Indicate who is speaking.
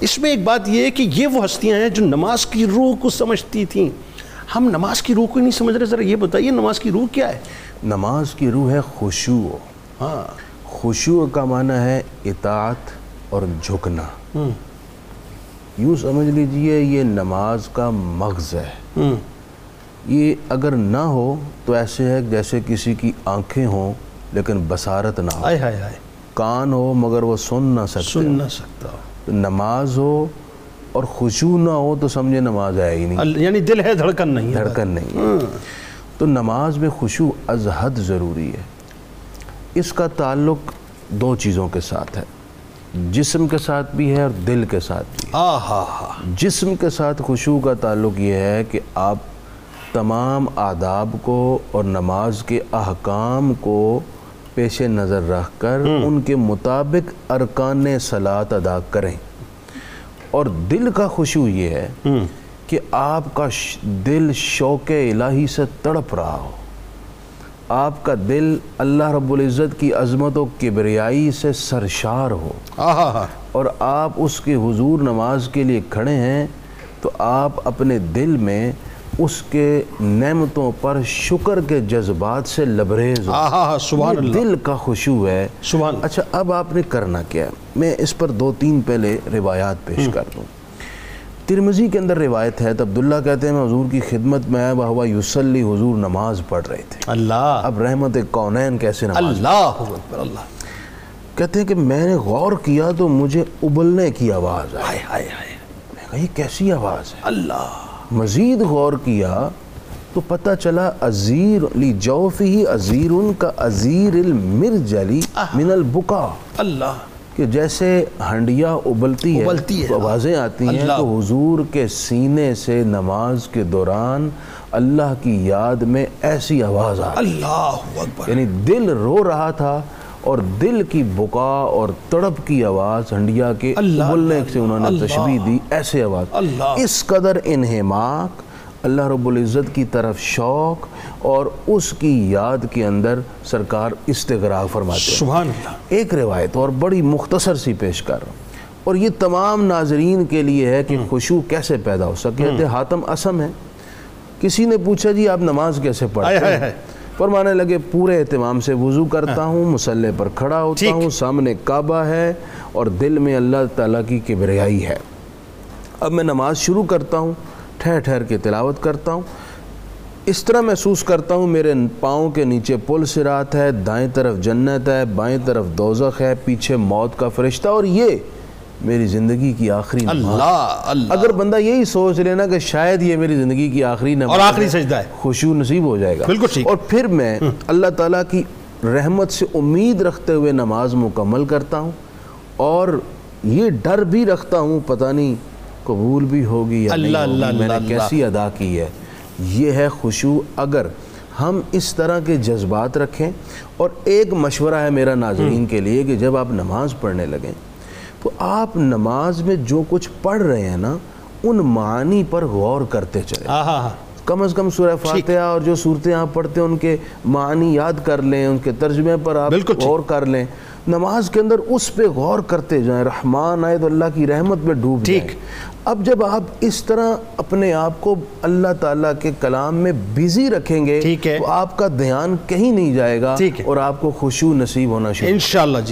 Speaker 1: اس میں ایک بات یہ ہے کہ یہ وہ ہستیاں ہیں جو نماز کی روح کو سمجھتی تھیں ہم نماز کی روح کو ہی نہیں سمجھ رہے ذرا یہ بتائیے نماز کی روح کیا ہے
Speaker 2: نماز کی روح ہے خوشو
Speaker 1: ہاں
Speaker 2: خوشو کا معنی ہے اطاعت اور جھکنا یوں سمجھ لیجئے یہ نماز کا مغز ہے
Speaker 1: ہوں
Speaker 2: یہ اگر نہ ہو تو ایسے ہے جیسے کسی کی آنکھیں ہوں لیکن بصارت نہ ہو
Speaker 1: آئے ہائے ہائے
Speaker 2: کان ہو مگر وہ سن نہ سکتے
Speaker 1: سن نہ سکتا ہو
Speaker 2: تو نماز ہو اور خشوع نہ ہو تو سمجھے نماز ہے ہی نہیں
Speaker 1: ال- یعنی دل ہے دھڑکن نہیں ہے
Speaker 2: دھڑکن نہیں ہے۔ تو نماز میں خشوع از حد ضروری ہے اس کا تعلق دو چیزوں کے ساتھ ہے جسم کے ساتھ بھی ہے اور دل کے ساتھ بھی
Speaker 1: ہاں ہاں ہاں
Speaker 2: جسم کے ساتھ خوشو کا تعلق یہ ہے کہ آپ تمام آداب کو اور نماز کے احکام کو پیش نظر رکھ کر ان کے مطابق ارکان سلات ادا کریں اور دل کا خوشو یہ ہے کہ آپ کا ش- دل شوق الہی سے تڑپ رہا ہو آپ کا دل اللہ رب العزت کی عظمت و کبریائی سے سرشار ہو
Speaker 1: ہاں ہاں
Speaker 2: اور آپ اس کے حضور نماز کے لیے کھڑے ہیں تو آپ اپنے دل میں اس کے نعمتوں پر شکر کے جذبات سے لبریز ہو
Speaker 1: ہاں ہاں سبحان اللہ
Speaker 2: دل کا خوشو ہے
Speaker 1: سبحان اللہ
Speaker 2: اچھا اب آپ نے کرنا کیا ہے میں اس پر دو تین پہلے روایات پیش کر دوں ترمزی کے اندر روایت ہے تو عبداللہ کہتے ہیں میں حضور کی خدمت میں آیا بہوا یوسلی حضور نماز پڑھ رہے تھے
Speaker 1: اللہ
Speaker 2: اب رحمت کونین کیسے نماز
Speaker 1: اللہ اکبر اللہ
Speaker 2: کہتے ہیں کہ میں نے غور کیا تو مجھے ابلنے کی آواز آئی
Speaker 1: ہائے ہائے ہائے
Speaker 2: میں نے کہا یہ کیسی آواز ہے
Speaker 1: اللہ
Speaker 2: مزید غور کیا تو پتہ چلا عزیر لی جوفی عزیر کا عزیر المرجلی من البکا
Speaker 1: اللہ
Speaker 2: کہ جیسے ہنڈیا ابلتی ہے
Speaker 1: ابلتی ہے،
Speaker 2: تو آوازیں آتی ہیں
Speaker 1: اللہ
Speaker 2: تو حضور کے سینے سے نماز کے دوران اللہ کی یاد میں ایسی آواز آ رہی
Speaker 1: اللہ اکبر
Speaker 2: یعنی دل رو رہا تھا اور دل کی بکا اور تڑپ کی آواز ہنڈیا کے
Speaker 1: اللہ
Speaker 2: بولنے سے انہوں نے
Speaker 1: اللہ
Speaker 2: تشبیح دی ایسے
Speaker 1: اللہ
Speaker 2: آواز اس قدر انہماک اللہ رب العزت کی طرف شوق اور اس کی یاد کے اندر سرکار استغراق فرماتے ہیں
Speaker 1: سبحان اللہ
Speaker 2: ایک روایت اور بڑی مختصر سی پیش کر رہا ہوں اور یہ تمام ناظرین کے لیے ہے کہ خوشو کیسے پیدا ہو سکے کہتے حاتم اسم ہے کسی نے پوچھا جی آپ نماز کیسے
Speaker 1: آئے
Speaker 2: پڑھتے
Speaker 1: آئے
Speaker 2: ہیں
Speaker 1: آئے۔ ہاں۔
Speaker 2: فرمانے لگے پورے اہتمام سے وضو کرتا ہوں مسلح پر کھڑا ہوتا
Speaker 1: ٹھیک۔
Speaker 2: ہوں سامنے کعبہ ہے اور دل میں اللہ تعالیٰ کی کبریائی ہے اب میں نماز شروع کرتا ہوں ٹھہر ٹھہر کے تلاوت کرتا ہوں اس طرح محسوس کرتا ہوں میرے پاؤں کے نیچے پل سرات ہے دائیں طرف جنت ہے بائیں طرف دوزخ ہے پیچھے موت کا فرشتہ اور یہ میری زندگی کی آخری نماز
Speaker 1: اللہ اللہ
Speaker 2: اگر بندہ یہی سوچ لینا کہ شاید یہ میری زندگی کی آخری نماز
Speaker 1: اور آخری
Speaker 2: ہے،
Speaker 1: سجدہ ہے
Speaker 2: خوشی نصیب ہو جائے گا
Speaker 1: بالکل ٹھیک۔
Speaker 2: اور پھر میں اللہ تعالیٰ کی رحمت سے امید رکھتے ہوئے نماز مکمل کرتا ہوں اور یہ ڈر بھی رکھتا ہوں پتہ نہیں قبول بھی ہوگی یا نہیں
Speaker 1: اللہ، اللہ،
Speaker 2: ہوگی، میں نے
Speaker 1: اللہ،
Speaker 2: کیسی ادا کی ہے یہ ہے خوشو اگر ہم اس طرح کے جذبات رکھیں اور ایک مشورہ ہے میرا ناظرین کے لیے کہ جب آپ نماز پڑھنے لگیں تو آپ نماز میں جو کچھ پڑھ رہے ہیں نا ان معنی پر غور کرتے چلیں
Speaker 1: ہاں ہاں ہاں
Speaker 2: کم از کم سورہ فاتحہ اور جو صورتیں آپ پڑھتے ہیں ان کے معنی یاد کر لیں ان کے ترجمے پر آپ
Speaker 1: بالکل ٹھیک۔
Speaker 2: غور کر لیں نماز کے اندر اس پہ غور کرتے جائیں رحمان آئے تو اللہ کی رحمت میں ڈوب
Speaker 1: ٹھیک۔
Speaker 2: جائیں اب جب آپ اس طرح اپنے آپ کو اللہ تعالیٰ کے کلام میں بزی رکھیں گے
Speaker 1: ٹھیک ہے۔
Speaker 2: تو آپ کا دھیان کہیں نہیں جائے گا
Speaker 1: ٹھیک ہے۔
Speaker 2: اور آپ کو خوشو نصیب ہونا شروع
Speaker 1: انشاءاللہ جی